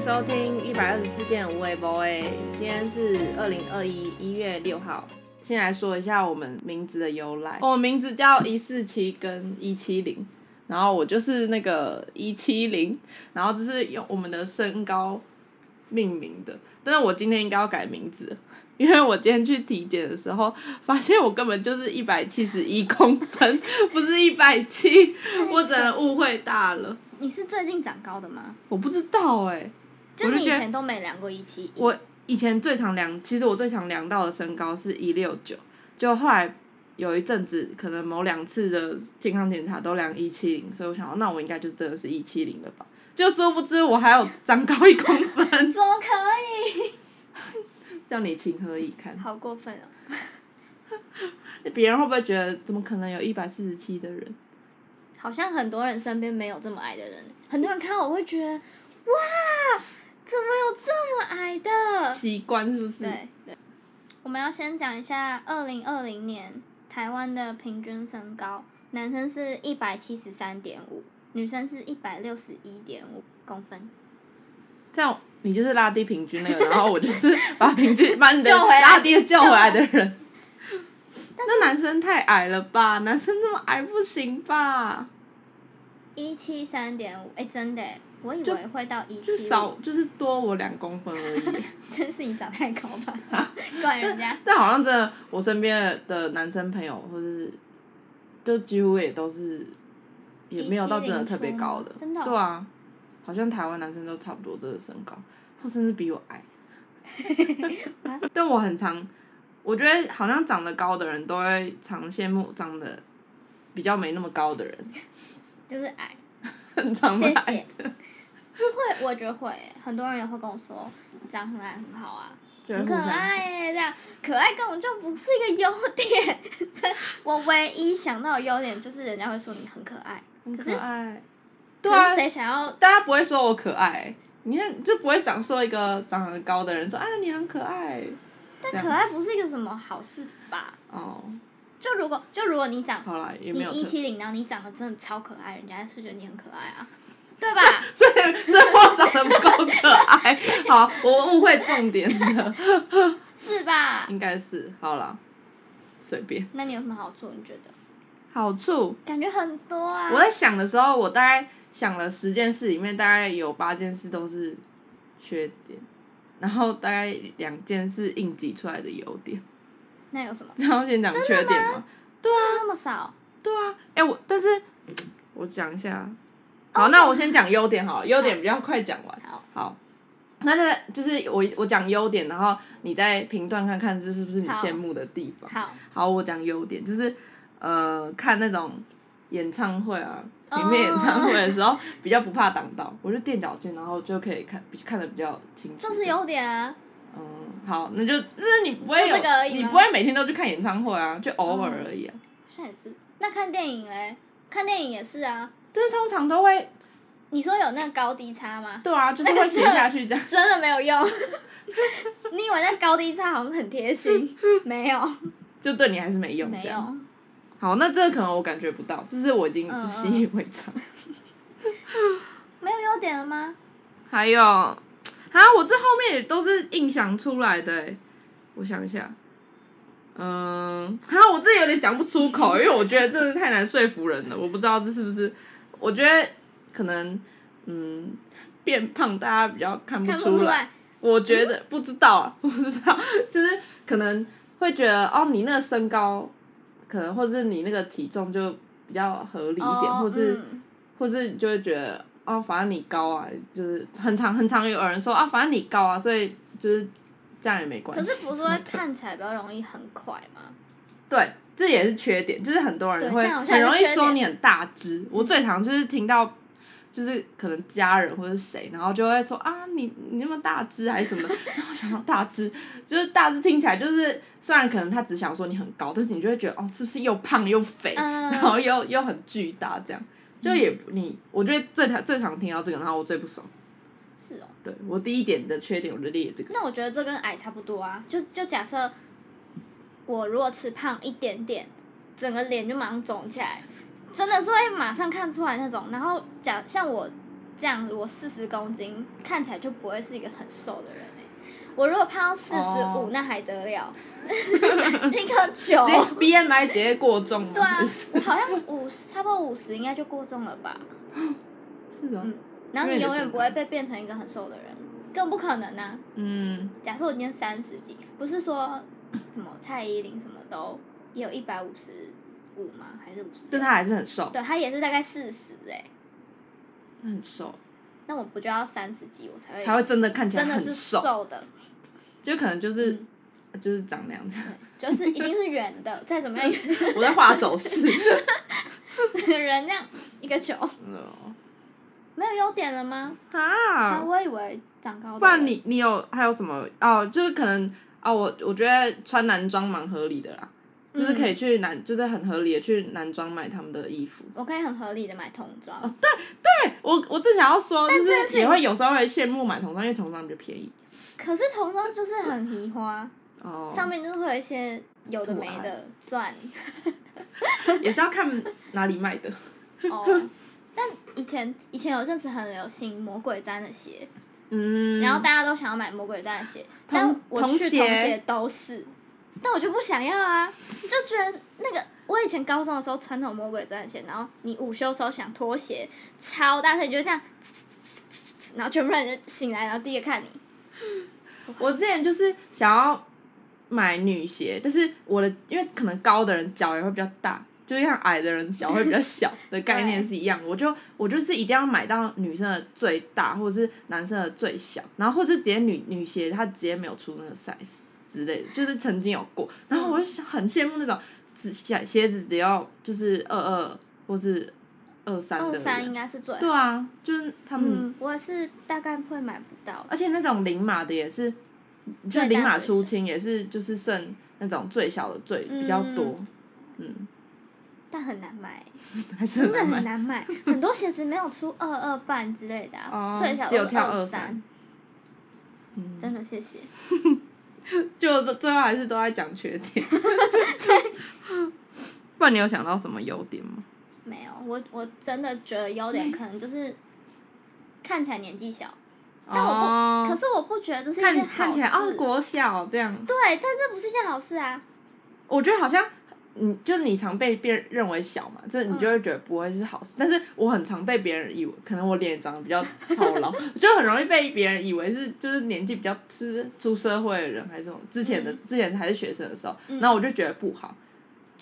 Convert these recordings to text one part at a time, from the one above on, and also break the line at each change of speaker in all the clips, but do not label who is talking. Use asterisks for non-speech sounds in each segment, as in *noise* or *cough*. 收听一百二十四件无为 boy，今天是二零二一一月六号。先来说一下我们名字的由来，我们名字叫一四七跟一七零，然后我就是那个一七零，然后这是用我们的身高命名的。但是我今天应该要改名字，因为我今天去体检的时候，发现我根本就是一百七十一公分，不是一百七，我整个误会大了。
你是最近长高的吗？
我不知道哎、
就
我
你
就
以
觉得
前都没量过一七一，
我以前最常量，其实我最常量到的身高是一六九，就后来有一阵子，可能某两次的健康检查都量一七零，所以我想，哦那我应该就真的是一七零了吧？就殊不知我还有长高一公分， *laughs*
怎么可
叫你情何以堪
以？？好过分哦！
别人会不会觉得怎么可能有一百四十七的人？
好像很多人身边没有这么矮的人，很多人看我会觉得，哇，怎么有这么矮的？
奇观是不是？
对对，我们要先讲一下二零二零年台湾的平均身高，男生是一百七十三点五，女生是一百六十一点五公分。
这样你就是拉低平均那个，然后我就是把平均把你的
*laughs* 救回来
拉低救回来的
*laughs*
人。那男生太矮了吧？男生那么矮不行吧？
一七三点五，哎，真的耶，我以
就
为会到一七，
就少就是多我两公分而已。 *laughs*
真是你长太高吧，怪人家。
但好像真的，我身边的男生朋友或者是就几乎也都是，也没有到真的特别高的
170出吗，真的哦
对啊，好像台湾男生都差不多这个身高，或甚至比我
*laughs*
矮。但我很常，我觉得好像长得高的人都会常羡慕长得比较没那么高的人， *laughs*
就是矮，
很常
谢
矮
谢。会，我觉得会，很多人也会跟我说长很矮很好啊，
就会
很
互
可
相
爱耶、这样可爱根本就不是一个优点。 *laughs* 这我唯一想到的优点就是人家会说你很可爱，
很
可
可
是
爱。对
可
啊
是，谁想要
大家不会说我可爱，你看就不会想说一个长得高的人说啊你很可爱这
但
样
可爱不是一个什么好事吧？
哦。
就如果就如果你长
好啦，也
你
没有特
一
别，所以
七零，然后你长得真的超可爱，人家是觉得你很可爱啊，对吧？
*laughs* *laughs* 所以我长得不够可爱。 *laughs* 好，我误会重点了， *laughs*
是吧？
应该是好啦，随便。
那你有什么好处？你觉得？
好处，
感觉很多啊。
我在想的时候，我大概想了十件事，里面大概有八件事都是缺点，然后大概两件是应急出来的优点。 *laughs*
那有什么？
然后先讲缺点吗？
那么少？
对啊，哎、我但是我讲一下，啊
哦
好，那我先讲优点好了，优点比较快讲完。
好，
好，那这就是我我讲优点，然后你再评断看看这是不是你
好
羡慕的地方。
好，
好，我讲优点，就是呃，看那种演唱会啊，平面演唱会的时
哦
候、比较不怕挡到，我就垫脚尖，然后就可以看比看得比较清楚。
这是优点啊。
嗯，好，那就那你不会有
就这个而已吗哦
你不会每天都去看演唱会啊，就偶尔而已啊。
好像也是。那看电影嘞？看电影也是啊。
但是通常都会，
你说有那高低差吗？
对啊，就是
那个
会斜
是
下去这样。
真的没有用。 *laughs* 你以为那高低差好像很
*laughs*
贴心？没有，
就对你还是没用
没
这样。
有。
好，那这个可能我感觉不到，这是我已经
嗯嗯
习以为常。
没有优点了吗？
*laughs* 还有，啊，我这后面也都是硬想出来的欸，我想一下，嗯，还有我这有点讲不出口，因为我觉得真的太难说服人了，我不知道这是不是，我觉得可能，嗯，变胖大家比较看不
看不
出
出
来，
来。
我觉得不知道 *laughs* 啊，不知道，就是可能会觉得哦，你那个身高，可能或是你那个体重就比较合理一点，
哦
或是、
嗯
或是你就会觉得哦，反正你高啊，就是很常很常有人说啊，反正你高啊，所以就是这样也没关
可
系。
是不是
什么
会
的
看起来比较容易很快吗？
对，这也是缺点，就是很多人
对
会
这样好像
很容易
也是缺点嗯
说你很大只。我最常就是听到，就是可能家人或者谁，然后就会说啊，你你那么大只还是什么 *laughs* 的。然后我想到大只，就是大只听起来就是，虽然可能他只想说你很高，但是你就会觉得哦，是不是又胖又肥，
嗯
然 *laughs* 后又又很巨大这样。就也不你，我觉得最常最常听到这个，然后我最不爽。
是哦。
对我第一点的缺点，我就列这个。
那我觉得这跟矮差不多啊，就就假设我如果吃胖一点点，整个脸就马上肿起来，真的是会马上看出来那种。然后假像我这样我四十公斤看起来就不会是一个很瘦的人、欸、我如果胖到四十
哦
五，那还得了？ *laughs* 那个九，
直接 BMI 直接过重了。
哦对啊，我好像五十，差不多五十应该就过重了吧。
是哦
嗯，然后
因为
你
你的
永远
身
不会
高
被变成一个很瘦的人，更不可能啊！
嗯，
假设我今天三十几，不是说 *coughs* 什么蔡依林什么都也有一百五十五吗？还是五十？
但他还是很瘦，
对，她也是大概四十哎，
他很瘦，
那我不就要三十几我才会
才会真的看起来
哎真的
很
是
瘦，
瘦的，
就可能就是、呃
嗯
就是长那样
*laughs*
子。
就是一定是圆
*laughs*
的，再怎么样 *laughs* 一个
我在画手
*laughs*
势。
人这样一个球，
嗯
没有优点了吗？啊，
啊，
我以为长高的人，
不然你你有还有什么哦？就是可能哦，我我觉得穿男装蛮合理的啦，就是
嗯
可以去男，就是很合理的去男装买他们的衣服。
我可以很合理的买童装，
哦我我正想要说，就是也会有时候会羡慕买童装，因为童装比较便宜。
可是童装就是很移花。
哦，
上面就是会有一些有的
图
没
案
的钻
也是要看哪里
*laughs*
卖的。
哦。但以前以前有阵子很流行魔鬼毡的鞋，
嗯，
然后大家都想要买魔鬼毡的鞋，
童
但
童
我去童
鞋
鞋都是，但我就不想要啊，就觉得那个我以前高中的时候传统魔鬼毡的鞋，然后你午休的时候想脱鞋，超大声，你就会这样，然后全部人就醒来，然后第一个看你，
我之前就是想要买女鞋，但是我的因为可能高的人脚也会比较大，就是像矮的人脚会比较
*laughs*
小的概念是一样。我就我就是一定要买到女生的最大，或者是男生的最小，然后或者是直接女女鞋它直接没有出那个 size 之类的，就是曾经有过。然后我就想很羡慕那种只鞋鞋子只要就是二二或是二三
二
嗯的
哦三应
人。
该是最好
对啊，就是他们
嗯，我是大概会买不到的，
而且那种零码的也是，就
最大
零码
最
出
小
清也是，就是剩那种最小的最比较多，嗯，
但很难买。
*laughs* 还是 *laughs*
真
很
的
难买。
很难买，很多鞋子没有出二二半之类的、啊
哦
最小
只有
都
跳
二
23，嗯，
真的谢谢。
就最后还是都在讲缺
*laughs*
点。不然你有想到什么优点吗？
没有，我我真的觉得优
嗯
点可能就是看起来年纪小，但我不，
哦、
可是我不觉得这是一
看
件好
看
事。
起来哦，国小这样，
对，但这不是一件好事啊。
我觉得好像。你就是你常被别人认为小嘛，这
嗯
你就会觉得不会是好事。但是我很常被别人以为，可能我脸长得比较操劳， *laughs* 就很容易被别人以为是就是年纪比较就是出社会的人还是什么。之前的、
嗯
之前还是学生的时候，
嗯
然后我就觉得不好。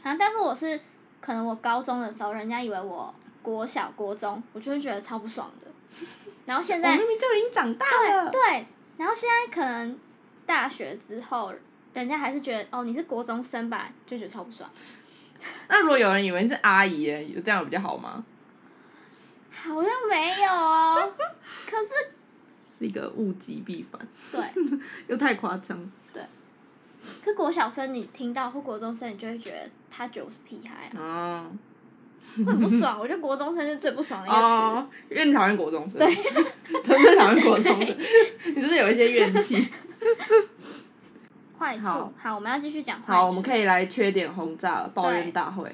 啊，但是我是可能我高中的时候，人家以为我国小、国中，我就会觉得超不爽的。然后现
我
在
明明就已经长大了，
对，然后现在可能大学之后，人家还是觉得哦你是国中生吧，就觉得超不爽。
那如果有人以为是阿姨耶，有这样比较好吗？
好像没有哦，可是
是一个物极必反， *laughs*
对，
又太夸张。
可国小生你听到或国中生，你就会觉得他觉得我是屁孩啊，
哦
会很不爽。我觉得国中生是最不爽的一个词。
哦，因为你讨厌国中生，对， *laughs* 真的讨厌国中生， *laughs* 你是不是有一些怨气？
坏处
好
好，我们要继续讲坏
好，我
处。
们可以来缺点轰炸了，抱怨大会。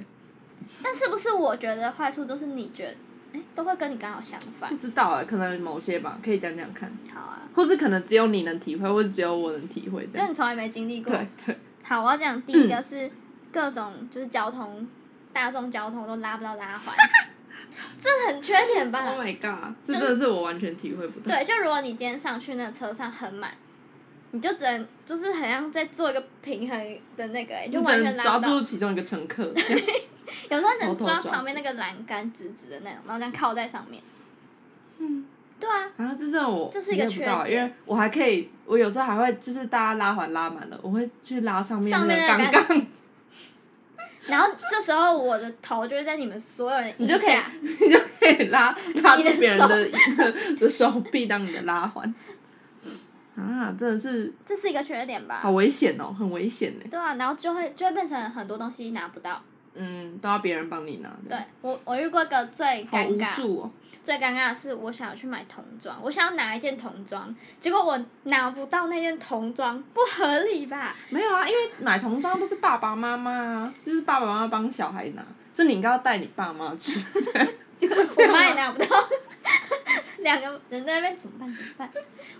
但是不是我觉得坏处都是你觉得，哎，都会跟你刚好相反
不。知道哎、可能某些吧，可以讲讲看，
好
*laughs*
啊，
或是可能只有你能体会，或是只有我能体会这
就
样。
你从来没经历过。
对嗯对，
好，我要讲第一个是各种就是交通，大众交通都拉不到拉
*laughs*
环，这很缺点吧？
Oh my god，这真的是我完全体会不到。
对，就如果你今天上去那车上很满，你就只能就是很像在做一个平衡的那个、欸，就
你
完
只能
全拉
抓
不到。
住其中一个乘
*laughs*
客，这样
有时候只能
头头
抓
抓
旁边那个栏杆直直的那种，然后这样靠在上面。嗯，对啊，
啊，这真的我
这是一个
体会不到，欸
缺
因
点
为我还可以，我有时候还会就是大家拉环拉满了，我会去拉上面
上面
个
那个
杠杠， *laughs*
然后这时候我的头就会在你们所有人
你
以
就可以
下，
你就可以拉拉住
你的
别人的 *laughs* 的手臂当你的拉环。啊，真的是
这是一个缺点吧
好？危险哦，很危险呢。
对啊，然后就会就会变成很多东西拿不到。
嗯，都要别人帮你拿的。
对，我，我遇过一个最
好
尴
无
尬、
助哦。
最尴尬的是，我想要去买童装，我想要拿一件童装，结果我拿不到那件童装，不合理吧？
没有啊，因为买童装都是爸爸妈妈啊，就是爸爸妈妈帮小
*laughs*
孩拿，所以你应该要带你爸妈去。
我妈也拿不到， *laughs* 两个人在那边怎么办怎么办？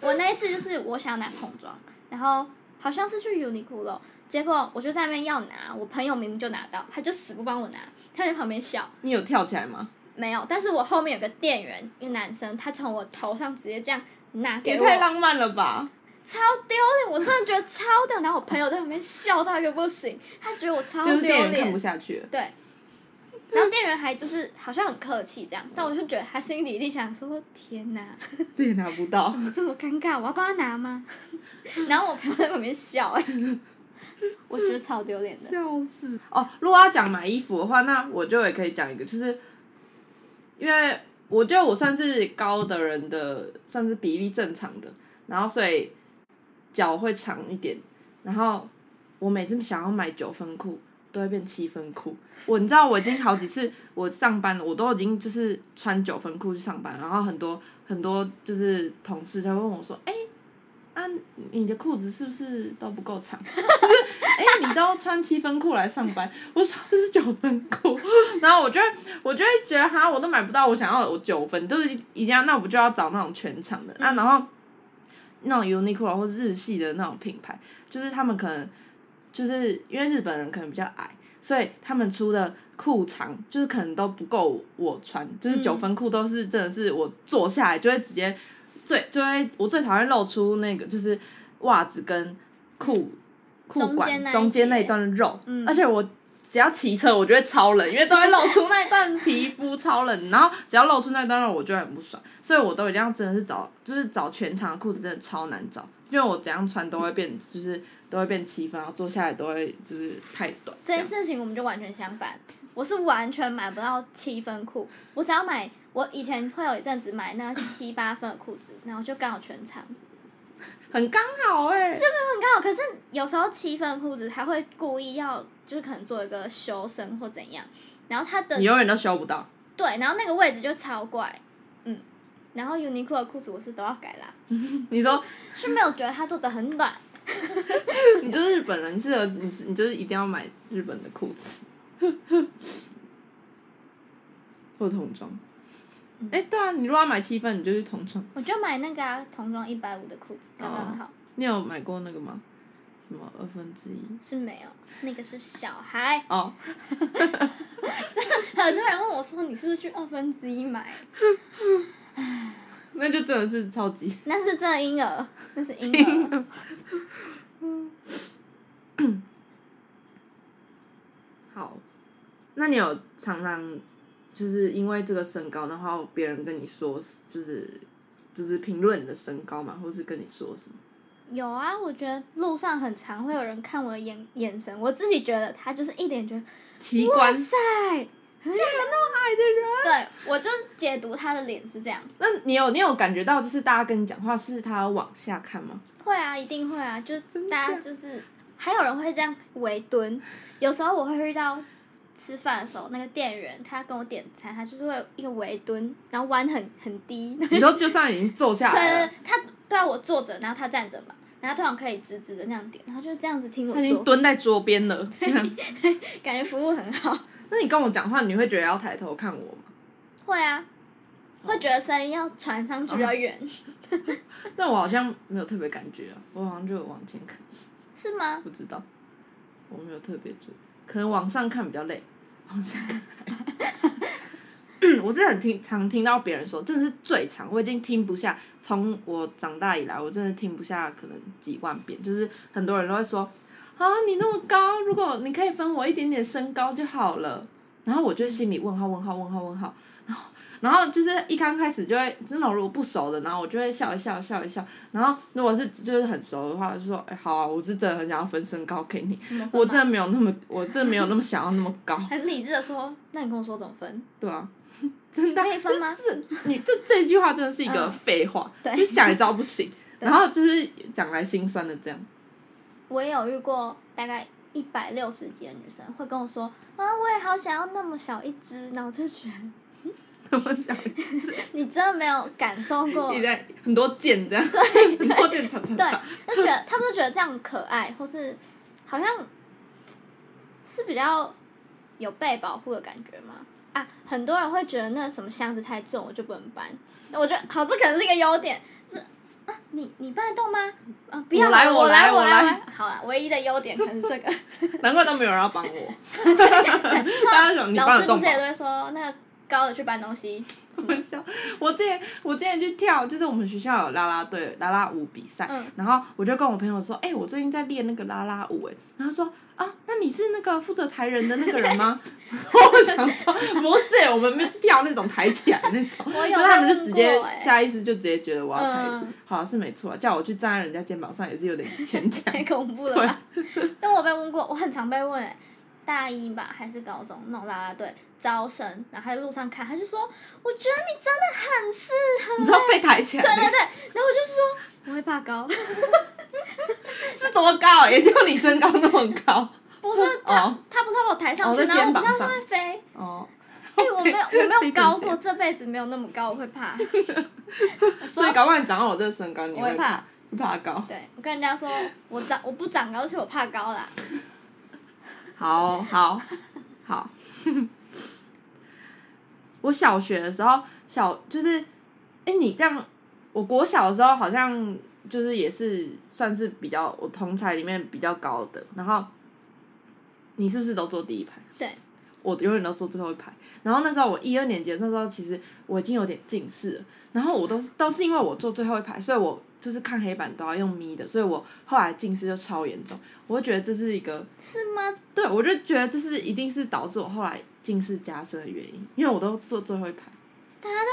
我那一次就是我想要拿童装，然后好像是去 Uniqlo，结果我就在那边要拿，我朋友明明就拿到，他就死不帮我拿，他在旁边笑。
*laughs* 你有跳起来吗？
没有，但是我后面有个店员，一个男生，他从我头上直接这样拿
也
给我，
太浪漫了吧！
超丢脸，我真的觉得超丢脸。然后我朋友在旁边笑到一个不行，他觉得我超
就是
丢
店员看不
脸。
下去了，
对，然后店员还就是好像很客气这样，但我就觉得他心里一定想说：天哪，
自己拿不到
怎，么这么尴尬？我要帮他拿吗？ *laughs* 然后我朋友在旁边笑、 *laughs* 哎，我觉得超丢脸的。
笑死！哦，如果要讲买衣服的话，那我就也可以讲一个，就是因为我觉得我算是高的人的，算是比例正常的，然后所以脚会长一点，然后我每次想要买九分裤。都会变七分裤，我你知道我已经好几次，我上班了，我都已经就是穿九分裤去上班，然后很多很多就是同事才会问我说，哎、啊，你的裤子是不是都不够长？就是哎、你都穿七分裤来上班，我说这是九分裤， *laughs* 然后我就会我就会觉得哈，我都买不到我想要的我九分，就是一定要，那我不就要找那种全长的？那、然后那种 Uniqlo 或是日系的那种品牌，就是他们可能就是因为日本人可能比较矮，所以他们出的裤长就是可能都不够我穿，就是
嗯
九分裤都是真的是我坐下来就会直接最就会我最讨厌露出那个就是袜子跟裤裤
中间那
管
一
中间那一
节
段肉，
嗯
而且我只要骑车，我就会超冷，因为都会露出那一段皮肤超冷，然后只要露出那一段肉，我就会很不爽，所以我都一定要真的是找，就是找全长的裤子真的超难找，因为我怎样穿都会变，就是都会变七分，然后坐下来都会就是太短，
这
这
件
样
事情我们就完全相反，我是完全买不到七分裤，我只要买，我以前会有一阵子买那七八分的裤子，然后就刚好全长，
很刚好哎、
很刚好。可是有时候七分的裤子还会故意要，就是可能做一个修身或怎样，然后它的
你永远都修不到，
对，然后那个位置就超怪，嗯，然后 Uniqlo 的裤子我是都要改啦，
你说
是没有觉得它做的很短，
*laughs* 你就是日本人，你适合你是你就是一定要买日本的裤子， *laughs* 或童装。哎、对啊，你如果要买七分，你就去童装。
我就买那个啊童装一百五的裤子刚刚好。
你有买过那个吗？什么二分之一？
是没有，那个是小孩。
哦， *laughs*
很多人问我说：“你是不是去二分之一买
那就真的是超级。？”
那是真的婴儿，那是
*laughs*
婴儿。
好，那你有常常就是因为这个身高，然后别人跟你说就是就是评论你的身高嘛，或是跟你说什么？
*laughs* 有啊，我觉得路上很常会有人看我的眼眼神，我自己觉得他就是一脸觉得
奇观
在，
矮的人，
对我就解读他的脸是这样。
那你有你有感觉到就是大家跟你讲话是他往下看吗？
会啊，一定会啊，就
真的
大家就是还有人会这样围蹲，有时候我会遇到吃饭的时候，那个店员他跟我点餐，他就是会一个围蹲，然后弯很很低， *laughs*
你说就算已经坐下来
对
了，，
他对啊，我坐着，然后他站着嘛，然后他通常可以直直的那样点，然后就是这样子听我
他已经
说，
蹲在桌边
*laughs*
了。
感觉服务很好。
那你跟我讲话，你会觉得要抬头看我吗？
会啊，会觉得声音要传上去比较远，
那我好像没有特别感觉啊，我好像就有往前看。
是吗？
不知道，我没有特别注意，可能往上看比较累，往下看 *laughs* 还好。我是很听常听到别人说，真的是最长，我已经听不下。从我长大以来，我真的听不下，可能几万遍，就是很多人都会说，啊，你那么高，如果你可以分我一点点身高就好了。 *laughs* 然后我就心里问号问号问号问号，然后然后就是一刚开始就会，就是那种如果不熟的，然后我就会笑一笑笑一笑。然后如果是就是很熟的话，就说，哎、好啊，我是真的很想要分身高给你，
怎么分
我
嘛
真的没有那么，我真的没有那么想要那么高，
很理智的说，那你跟我说怎么分？
对啊，真的
可以分吗
这这你这这句话真的是一个
嗯
废话，
对
就是讲一招不
*laughs*
行，然后就是讲来心酸的这样。
我也有遇过大概一百六十几的女生会跟我说，啊，我也好想要那么小一只，然后我就觉得
那么想，
你真的没有感受
*laughs*
过，
你在很多箭这样，很多箭擦擦
对
擦，，
就觉得他们就觉得这样可爱，或是好像是比较有被保护的感觉吗？啊，很多人会觉得那什么箱子太重，我就不能搬。那我觉得好，这可能是一个优点，就是啊，你你搬得动吗？啊，不要
我来
了
我
我
来
我
我来
来。好了，唯一的优点可能是
*laughs*
这个。
难怪都没有人要帮
*laughs*
我。大家想你
老
帮
师
得动
不是
吗
也？都会说那个高的去搬东
*laughs*
西，
我笑，我之前我之前去跳，就是我们学校有啦啦队啦啦舞比赛， *laughs*
嗯
然后我就跟我朋友说，哎、我最近在练那个啦啦舞、哎，然后他说啊，那你是那个负责抬人的那个人吗？ *laughs* 然后我想说不是，我们没跳那种抬起来那种，
*laughs* 我有
然后他们就
被
直
问
接
过哎
下意识就直接觉得我要抬人，
嗯
好像是没错啊，叫我去站在人家肩膀上也是有点牵
*laughs*
强，
太恐怖了吧？ *laughs* 但我被问过，我很常被问、欸，大一吧还是高中那种啦啦队招生，然后他在路上看，他就说我觉得你真的很适合。 *laughs*
你知道被抬起来那
对对对，然后我就说我会怕高， *laughs*
个是多高、也就你身高那么高，
不是他、
哦
他不是把我抬上去，
哦在
然后我
肩
不
膀
知
上
道他会
*laughs*
飞。
哦，
哎、我没有我
飞
没有
成
高
这
过，
样
这辈子没有那么高，我会
*laughs*
怕。
所以搞不好你长到我这个身高，你
我会
会
怕。
会怕高。
对，我跟人家说我长我不长高，而且我怕高啦。
好好好， *laughs* 我小学的时候，小就是，哎、你这样，我国小的时候好像就是也是算是比较我同才里面比较高的，然后你是不是都坐第一排？
对，
我永远都坐最后一排。然后那时候我一二年级的时候，其实我已经有点近视了，然后我都是都是因为我坐最后一排，所以我就是看黑板都要用眯的，所以我后来近视就超严重。我就觉得这是一个
是吗？
对，我就觉得这是一定是导致我后来近视加深的原因，因为我都坐最后一排，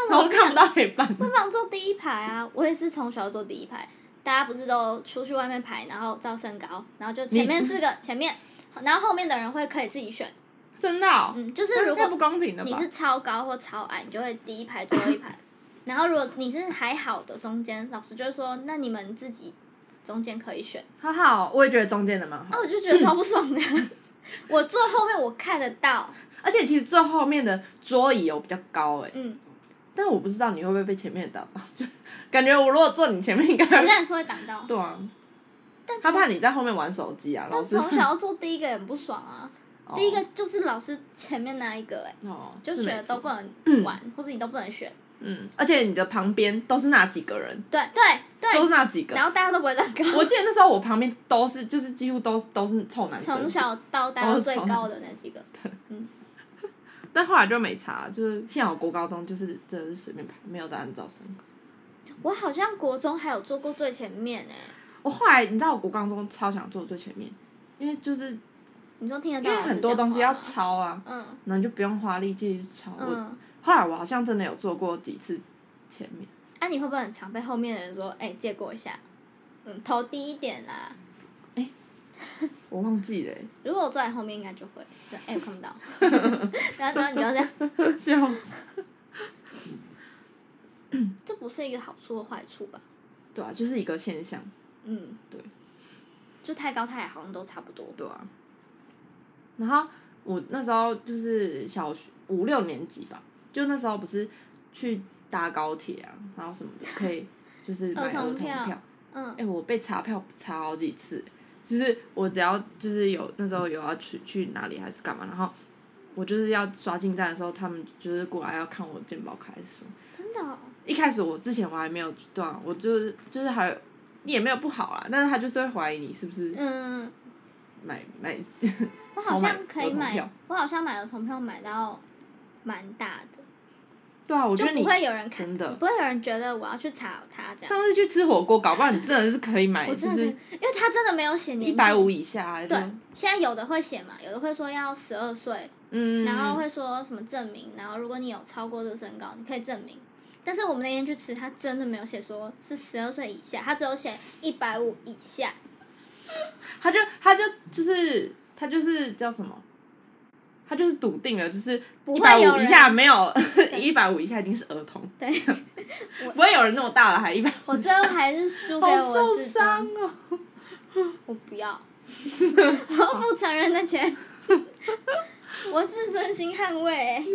然后看不到黑板。
不妨坐第一排啊！我也是从小坐第一排。大家不是都出去外面排，然后照身高，然后就前面四个前面，然后后面的人会可以自己选。
真的、哦，
嗯，就是
那
如
太不
果
公平了
你
吧？
是超高或超矮，你就会第一排最后一排。然后如果你是还好的中间，老师就会说那你们自己中间可以选。
好好，哦我也觉得中间的蛮好
啊，，我就觉得超不爽的。 *laughs* 我坐后面我看得到，
而且其实最后面的桌椅有比较高哎、
嗯，
但我不知道你会不会被前面的打到，就 *laughs* 感觉我如果坐你前面应该
我
会
当然是会挡
*laughs*
到。
对啊。他怕你在后面玩手机啊，老
但
师
从小坐第一个也很不爽啊，
*laughs* 哦
第一个就是老师前面那一个、哎，
哦，
就是觉
没
得都
错
不能玩，或者你都不能选。
嗯，而且你的旁边都是那几个人，
对对
都
对，
是那几个
然，后大家都不会长高，
我记得那时候我旁边都是，就是几乎都是都是臭男生
从，小到大最高的那几
*laughs*
个，
但后来就没查，就是幸好国高中就是真的是随便排，没有在按照身高。
我好像国中还有坐过最前面哎、
我后来你知道我国高中超想坐最前面，因为就是因
你说听得到
为
老师
很多东西要
讲话
抄啊，
吗，
然后你就不用花力气去抄。
嗯
我
嗯，
后来我好像真的有坐过几次前面，
那、啊你会不会很常被后面的人说，哎、借过一下，嗯，头低一点啦、
我忘记了、欸。 *laughs*
如果我坐在后面，应该就会，就哎、我看不到，然后然后你就要这样，
笑死。
这不是一个好处或坏处吧？
对啊，就是一个现象。
嗯，
对，
就太高太矮好像都差不多。
对啊。然后我那时候就是小学五六年级吧，就那时候不是去搭高铁啊，然后什么的，可以就是买
儿
儿童
童票
票。
嗯
哎、，我被查票查好几次，就是我只要就是有那时候有要去去哪里还是干嘛，然后我就是要刷进站的时候，他们就是过来要看我健保卡还是什么。
真的、哦，
一开始我之前我还没有对啊，我就是就是还有也没有不好啦，但是他就是会怀疑你是不是
嗯，
买买
我好像可
好买儿
以
童
买
票，
我好像买儿童票买到蛮大的，
对啊，我觉
就
得
不
你
会有人看，
真的
不会有人觉得我要去查他这样。
上次去吃火锅，搞不好你真的是可以买，
我
就
真的是，
是
因为他真的没有写年纪
一百，五以下、啊，就
对，现在有的会写嘛，有的会说要十二岁，
嗯，
然后会说什么证明，然后如果你有超过这个身高，你可以证明。但是我们那天去吃，他真的没有写说是十二岁以下，他只有写一百五以下。
他就他就就是他就是叫什么？他就是笃定了，就是
不
一
会
百
有
五
人
以下没有， *laughs* 一百五以下一定是儿童， *laughs*
对，
不会有人那么大了还一百
我最后还是输给
好
我
受
自己，
伤哦。
我不要，我要付成人的钱，我自尊心捍卫欸。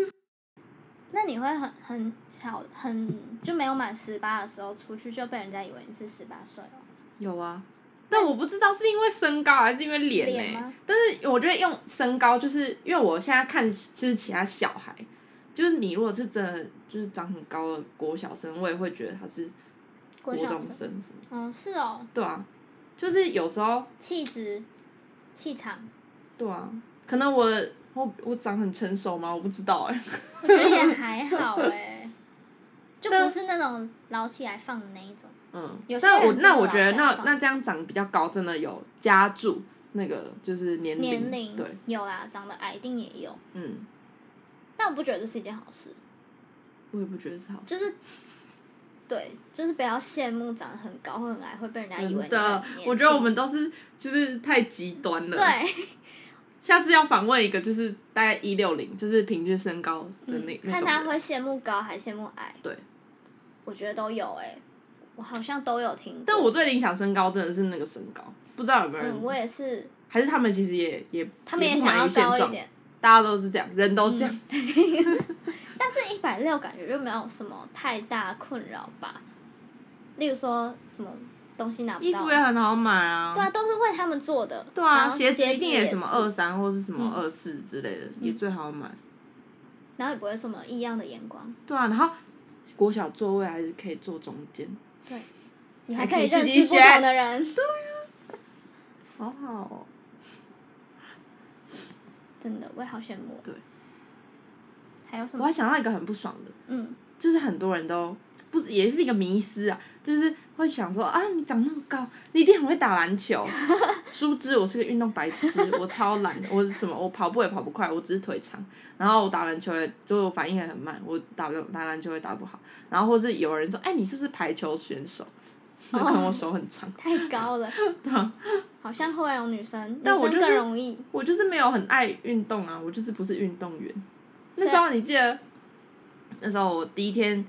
那你会很很小很就没有满十八的时候出去就被人家以为你是十八岁哦？
有啊，但我不知道是因为身高还是因为脸欸呢、
脸吗
但是我觉得用身高，就是因为我现在看就是其他小孩，就是你如果是真的就是长很高的国小生，我也会觉得他是国
国小
中
生
生什么的。
哦，是哦，
对啊，就是有时候
气质、气场，
对啊，可能我我我长很成熟吗？我不知道哎、
我觉得也还好哎、就不是那种捞起来放的那一种。
*laughs* 嗯
有，些
但我
人真的
那我觉得
往
那
下放
那这样长比较高，真的有加注那个就是年龄，
年龄
嗯对，
有啦，长得矮一定也有，
嗯，
但我不觉得这是一件好事。
我也不觉得是好事。
就是，对，就是不要羡慕长得很高或很矮，会被人家以
真
为你很
的
年，轻
我觉得我们都是就是太极端了。，
对
下次要访问一个就是大概一六零，就是平均身高的那、那
嗯看
种
他
人。
会羡慕高还羡慕矮，
对，
我觉得都有哎、我好像都有听过。
但我最理想身高真的是那个身高，不知道有没有人，
嗯，我也是，
还是他们其实也也
他们
也不
想
满
要
于现
高一
状，
点，嗯
大家都是这样，人都这样。
但是一百六感觉就没有什么太大困扰吧。例如说什么东西拿不
衣
到
服，也很好买啊。
对啊，都是为他们做的。
对啊，
然后鞋
鞋子一定
也
什么
是
二，三或是什么
嗯
二四之类的，也最好买。
然后也不会什么异样的眼光，
对啊，然后国小座位还是可以坐中间，
你
还
还
可
以
以自
认
己
识不
选
同的人，
好好哦。
真的，我也好羡慕。哦
对，
还有什
我
么
还？想到一个很不爽的，
嗯，
就是很多人都不是也是一个迷思啊，就是会想说啊，你长那么高，你一定很会打篮球。殊不知我是个运动白痴，我超懒的，我是什么我跑步也跑不快，我只是腿长，然后我打篮球也就我反应也很慢，我打篮打篮球也打不好，然后或是有人说，哎、你是不是排球选手？那可能我手很长，
太高了，
*laughs* 对啊
好像会有女生，
但
女
我
生
就是
更容易。
我就是没有很爱运动啊，我就是不是运动员。那时候你记得，那时候我第一天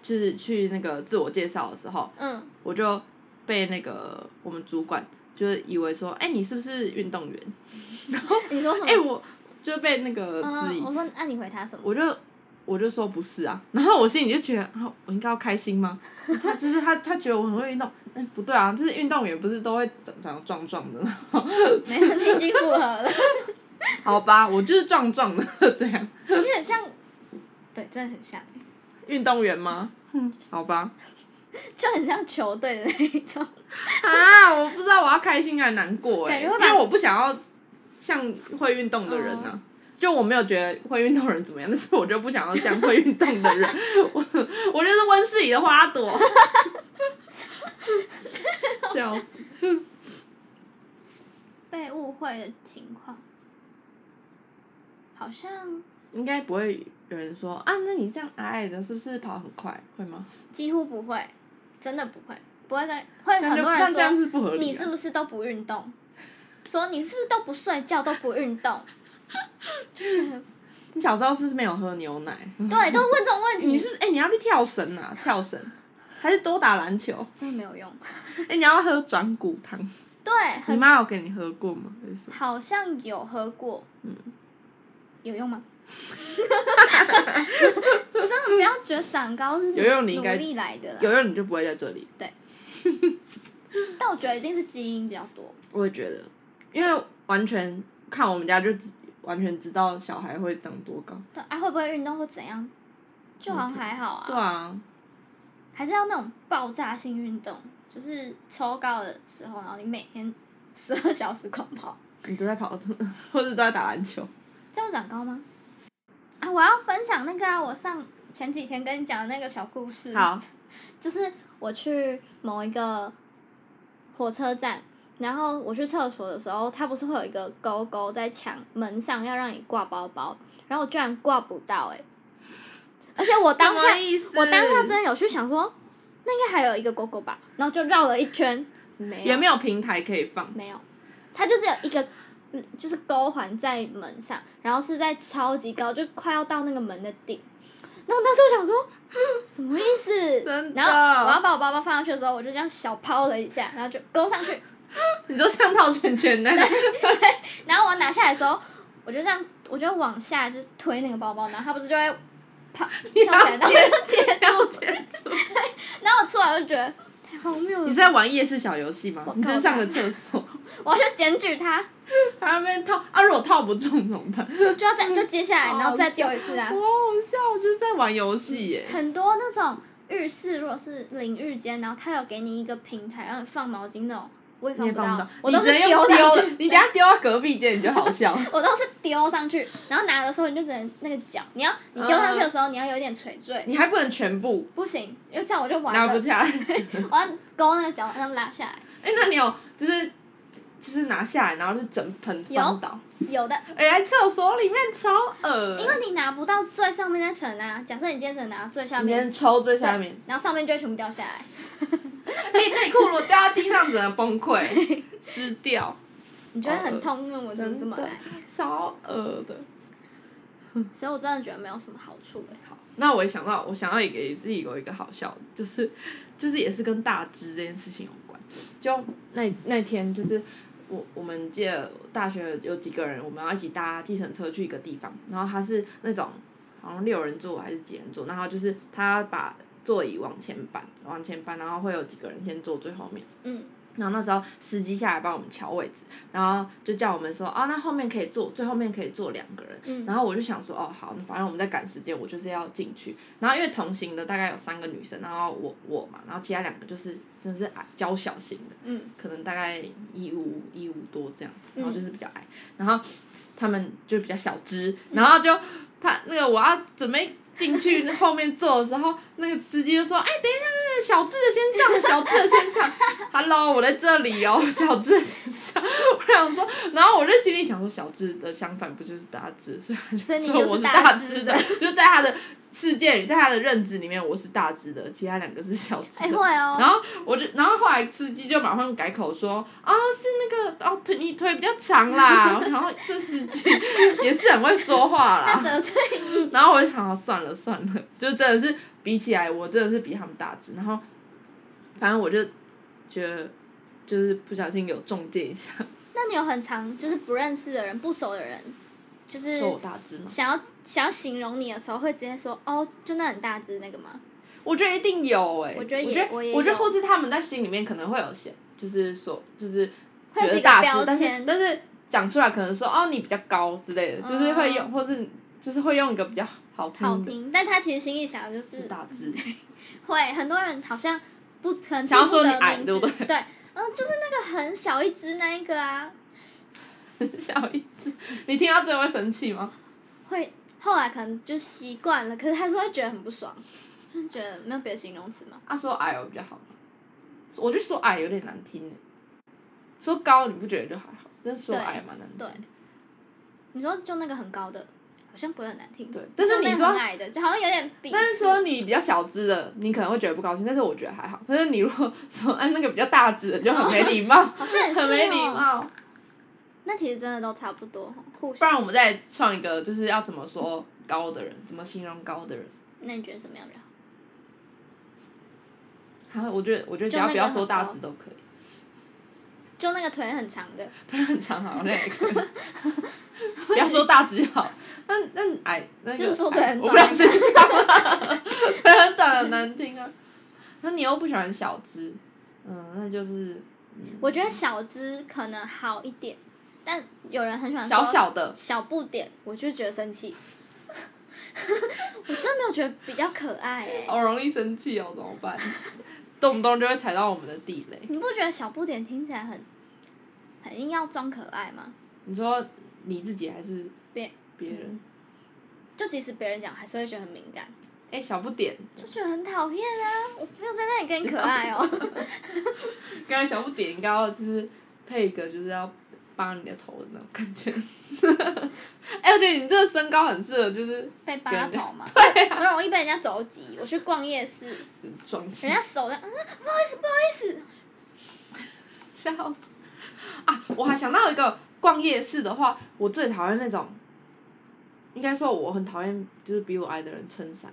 就是去那个自我介绍的时候，
嗯，
我就被那个我们主管就是以为说，哎、你是不是运动员？
你说什么？
哎、我就被那个质疑，
嗯嗯，我说，那你回他什么？
我就我就说不是啊，然后我心里就觉得啊，我应该要开心吗？他就是他，他觉得我很会运动，哎、不对啊，就是运动员不是都会长长壮壮的，
没有，你已经复合了，
*laughs* 好吧，我就是壮壮的 *laughs* 这样，
你很像，对，真的很像，
运动员吗？嗯，好吧，
就很像球队的那一种。
啊，我不知道我要开心还是难过哎、
感觉会
因
把哦
为我不想要像会运动的人啊。就我没有觉得会运动的人怎么样， *laughs* 但是我就不想要像会运动的人。 *laughs* 我我就是温室里的花朵， *laughs* 笑死！
被误会的情况，好像
应该不会有人说啊，那你这样矮矮的，是不是跑很快？会吗？
几乎不会，真的不会，不会再会
这样
很
就
多
那
人
这样
说
是不合理、啊。
你是不是都不运动，说你是不是都不睡觉都不运动，
你小时候是不是没有喝牛奶？
*laughs* 对，都问这种问题，
你是不是哎、你要去跳绳啊？跳绳还是多打篮球？
真的没有用。
哎、你要不要喝转骨汤？
对，
你
很
妈有给你喝过吗？还是什么
好像有喝过，
嗯，
有用吗？ *laughs* 真的不要觉得长高是
*laughs* 有用你应该
努力来的
有
啦，
用你就不会在这里。
但我觉得一定是基因比较多，
我也觉得，因为完全看我们家就知完全知道小孩会长多高。
对啊，会不会运动或怎样，就好像还好
对
啊，
啊，
还是要那种爆炸性运动，就是抽高的时候，然后你每天十二小时狂
*laughs*
跑，
你都在跑，或者都在打篮球。
这样会长高吗？啊，我要分享那个啊，我上前几天跟你讲的那个小故事，
*laughs* 好，
就是我去某一个火车站，然后我去厕所的时候，它不是会有一个勾勾在墙门上要让你挂包包，然后我居然挂不到哎、欸而且我
什
当下
么意思？
我当下真的有去想说，那应该还有一个勾勾吧，然后就绕了一圈，没有
也没有平台可以放。
没有，它就是有一个。嗯，就是勾环在门上，然后是在超级高，就快要到那个门的顶。然后当时我想说，什么意思？
真
然后我要
的，
把我包包放上去的时候，我就这样小抛了一下，然后就勾上去。
你就像套圈圈那样。
然后我拿下来的时候，我就这样，我就往下就是推那个包包，然后它不是就会啪
你
跳起来，然后就接
接要接住。
*laughs* 然后我出来就觉得太荒谬
你
了
是，在玩夜市小游戏吗
我？
你只是上个厕所。 *laughs*
我要去检举他。
还要被套啊！如果套不中怎么 *laughs* 办？
就要再就接下来，然后再丢一次啊
哦我。好笑，我就是在玩游戏耶。
很多那种日式，如果是淋浴间，然后它有给你一个平台，让你放毛巾那种，我也
你
放
也
不
放不
到
到，，
我
你
都
直
是
接
丢
用
上
丢
去
的，你等下丢到隔壁间你就好
*laughs*
笑。
我都是丢上去，然后拿的时候你就只能那个脚，你要你丢上去的时候你要有点垂坠，
你还不能全部
不行，因为这样我就 *laughs* 完
拿
了，
不下来。
我要勾那个脚，然后拉下来。
哎、那你有就是就是拿下来，然后就整盆翻倒，
有的，
哎、在厕所里面超恶
因为你拿不到最上面那层啊。假设你今天只能拿到最下
你
面，
先抽最下面，
然后上面就会全部掉下来，
你内裤如果掉到地
*laughs*
上，只能崩溃，湿掉，
你就会
好恶
很痛恨我怎么这
哦
么
真的
来。
超恶的。
所以我真的觉得没有什么好处哎、好，
那我也想到，我想到一个也是有一个好笑的，就是就是也是跟大只这件事情有关。就那那天就是我我们借大学有几个人，我们要一起搭计程车去一个地方，然后他是那种好像六人座还是几人座，然后就是他把座椅往前搬，往前搬，然后会有几个人先坐最后面。
嗯，
然后那时候司机下来帮我们瞧位置，然后就叫我们说啊，那后面可以坐，最后面可以坐两个人。
嗯
然后我就想说，哦，好，反正我们在赶时间，我就是要进去。然后因为同行的大概有三个女生，然后我我嘛，然后其他两个就是真的是矮娇小型的，
嗯，
可能大概一五一五多这样，
嗯
然后就是比较矮，然后他们就比较小只，然后就他那个我要准备进去后面坐的时候，那个司机就说：“哎，等一下，那个小只的先上，小只的先上。”Hello，我在这里哦，小只的先上。我想说，然后我就心里想说，小只的相反不就是大只，所以他
所以你
说
就是
我是
大
大
只
只的，就在他的世界里，在他的认知里面，我是大只的，其他两个是小只
哎、
的。
会哦、
然后我就，然后后来司机就马上改口说，啊，是那个哦腿你腿比较长啦，然后这司机也是很会说话
他 *laughs*
啦。
得罪你，
然后我就想，啊算了算了，就真的是比起来，我真的是比他们大只。然后，反正我就觉得就是不小心有中箭一下，
那你有很常就是不认识的人、不熟的人，就是
说我大只嘛，
想要想要形容你的时候，会直接说哦，就那很大只那个吗？
我觉得一定有哎、
我觉得也
我觉得
我也
我觉得
有
或是他们在心里面可能会有些，就是说就是
会有
觉
几
得
个
大只
标，
但是
签
但是讲出来可能说哦你比较高之类的，就是会用、
嗯
或是就是会用一个比较好
好
听的。
听，但他其实心里想的就是是
大只，
会很多人好像不可能
想要
记不
说你
得
矮
名
对不
字对？嗯，就是那个很小一只那一个啊，
*laughs* 小一只，你听到这个会生气吗？
会后来可能就习惯了，可是还是会觉得很不爽，就觉得没有别的形容词嘛。
啊，说矮我比较好吗，我就说矮有点难听欸说高你不觉得就还好，但是说
对
矮蛮难听的。
对你说就那个很高的，好像不会很难听。
对但是
就那
你
个很
说
矮的，就好像有点鄙视。
但是说你比较小只的，你可能会觉得不高兴，但是我觉得还好。但是你如果说哎那个比较大只的，就很没礼
*laughs*
貌，
好像也是
很没
哦
礼貌。
那其实真的都差不多，互
不
相。
然我们再创一个，就是要怎么说高的人，怎么形容高的人？
那你觉得什么样比较好？
还有，我觉得我觉得只
就
要
那
不
个
要
很
说大
高
只都可以， *laughs*
就那个腿很长的，
当然很长好像也可以。不要说大只就好，那那矮那个
就是说腿
矮
很
我不
短
想讲 *laughs* 了，腿很短很难听啊。那你又不喜欢小只，嗯，那就是
我觉得小只可能好一点，但有人很喜欢说
小小的，
小不点，我就觉得生气。 *laughs* 我真没有觉得比较可爱哎、
好容易生气哦，怎么办？动不动就会踩到我们的地雷。
你不觉得小不点听起来很很硬要装可爱吗？
你说你自己还是
别
别人？
就即使别人讲，还是会觉得很敏感，
哎、小不点，
就觉得很讨厌啊！我没有在那里跟你可爱哦、
刚才小不点应该要就是配一个就是要扒你的头的那种感觉。 *laughs* 哎、我觉得你这个身高很适合就是
被
别
扒
人
头嘛，对、啊我容易被人家肘击。我去逛夜市， *laughs*
装起
人
来
家手在，嗯，不好意思，不好意思，
笑死啊！我还想到一个逛夜市的话，我最讨厌那种，应该说我很讨厌就是比我矮的人撑伞。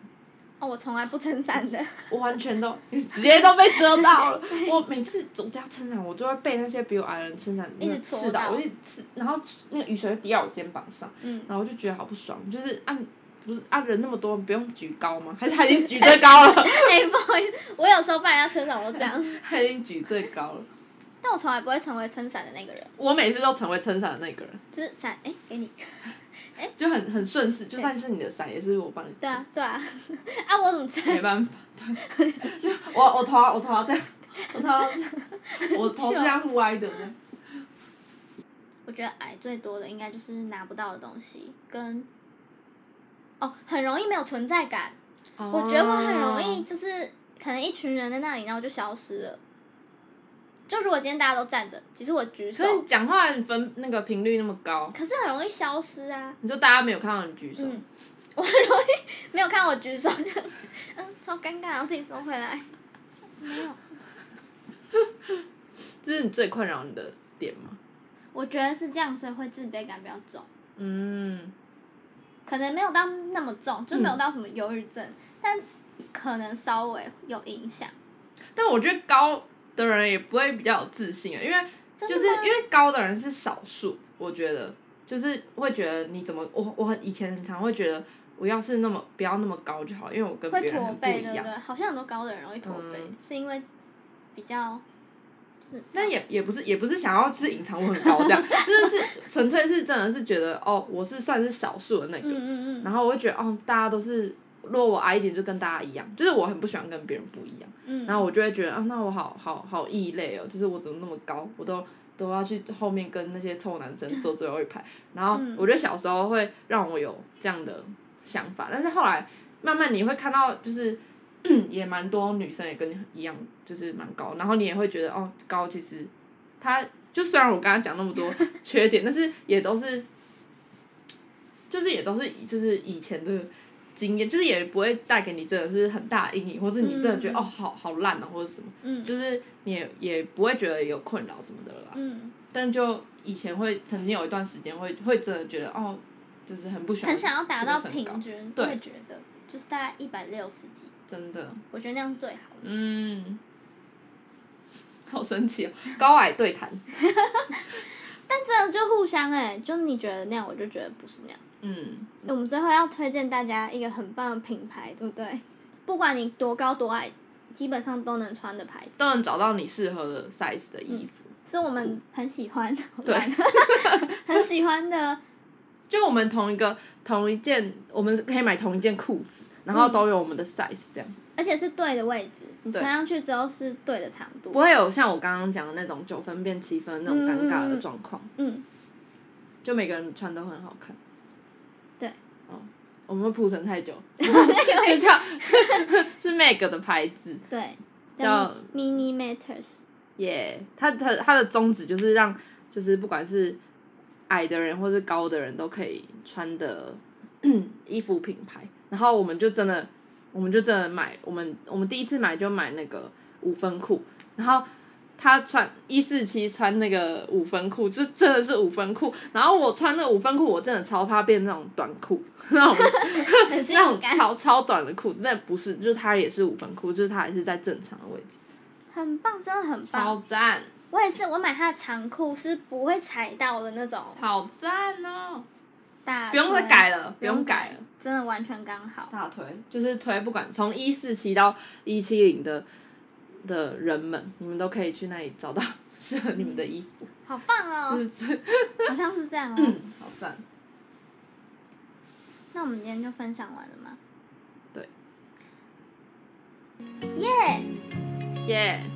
哦，我从来不撑伞的，
我完全都直接都被遮到了。 *laughs* 我每次走家撑伞，我就会被那些比我矮的人撑伞那个
一直戳
刺
到
我就刺，然后那个雨水就滴到我肩膀上，
*laughs* *laughs* 嗯，
然后我就觉得好不爽。就是按、不是按、人那么多，不用举高吗？还是他已经举最高了？
*laughs* 哎、不好意思，我有时候帮人家撑伞，我都这样， *laughs*
他已经举最高了。
但我从来不会成为撑伞的那个人，
我每次都成为撑伞的那个人，
就是伞哎、给你。
就很很顺势，就算是你的伞，也是我帮你撑。
对啊对啊， *laughs* 啊我怎么撑？
没办法，对，就我我头要我头要这样，我头要这样，我头是这样是歪的，这样
我觉得矮最多的应该就是拿不到的东西，跟哦很容易没有存在感。我觉得我很容易就是可能一群人在那里，然后就消失了。就如果今天大家都站着，其实我举
所以
手，
你讲话你分那个频率那么高，
可是很容易消失啊。
你说大家没有看到你举手，
嗯，我很容易没有看我举手， *laughs* 就嗯超尴尬，然后自己收回来。没有，
这是你最困扰你的点吗？
我觉得是这样，所以会自卑感比较重。
嗯，
可能没有到那么重，就没有到什么忧郁症，但可能稍微有影响。
但我觉得高的人也不会比较有自信啊，因为
真的
就是
吗
因为高的人是少数，我觉得就是会觉得你怎么我我很以前很常会觉得我要是那么不要那么高就好，因为我跟别
会
人
驼
嗯很不
背，
一
对不
样
对？。好像很多高的人容易驼背，
嗯
是因为比较。
但也也不是也不是想要就是隐藏我很高这样， *laughs* 就是是纯粹是真的是觉得哦，我是算是少数的那个，
嗯嗯嗯
然后我会觉得哦，大家都是如果我矮一点就跟大家一样，就是我很不喜欢跟别人不一样，
嗯，
然后我就会觉得啊，那我好好好异类哦，就是我怎么那么高，我都都要去后面跟那些臭男生坐最后一排，然后
嗯
我觉得小时候会让我有这样的想法，但是后来慢慢你会看到就是。 *clears throat* 也蛮多女生也跟你一样，就是蛮高，然后你也会觉得哦，高其实他就虽然我刚刚讲那么多 *laughs* 缺点，但是也都是，就是也都是以就是以前的经验，就是也不会带给你真的是很大的阴影，或是你真的觉得、
嗯
哦好好烂哦，或者什么，
嗯
就是你也也不会觉得有困扰什么的了啦。
嗯，
但就以前会曾经有一段时间会会真的觉得哦，就是很不喜欢，
很想要达到
这个身高
平均，
对
会觉得就是大概一百六十几，
真的，
我觉得那样是最好的。
嗯， *laughs* 好神奇哦，高矮对谈，
但真的就互相哎、就你觉得那样，我就觉得不是那样。
嗯，
我们最后要推荐大家一个很棒的品牌，对不对？不管你多高多矮，基本上都能穿的牌子，
都能找到你适合的 size 的衣服。
是我们很喜欢，
嗯对，
*laughs* 很喜欢的。
*laughs* 就我们同一个同一件，我们可以买同一件裤子，然后都有我们的 size 这样，
而且是对的位置，你
对
穿上去之后是对的长度
不。会有像我刚刚讲的那种九分变七分那种尴尬的状况。
嗯，
就每个人穿都很好看。
对。
哦，我们会铺陈 *laughs* 太久，就叫 *laughs* 是 Meg 的牌子，
对，
叫
mini matters。
*laughs* 耶、它它它的宗旨就是让，就是不管是矮的人或是高的人都可以穿的 *clears throat* 衣服品牌。然后我们就真的，我们就真的买，我们我们第一次买就买那个五分裤，然后。他穿一四七穿那个五分裤，就真的是五分裤。然后我穿那五分裤，我真的超怕变那种短裤， *laughs* 那种
很性
那种
感
超超短的裤子。但不是，就是它也是五分裤，就是它也是在正常的位置，
很棒，真的很棒。
超赞。
我也是，我买它的长裤是不会踩到的那种
好赞哦！
大，
不用再改，了，不
不用
用改了。
真的完全刚好。
大腿就是推，不管从一四七到一七零的的人们，你们都可以去那里找到适合你们的衣服。
好棒哦，
是是，
好像是这样哦。
*laughs* 嗯，好赞。
那我们今天就分享完了吗？
对，
耶、
耶、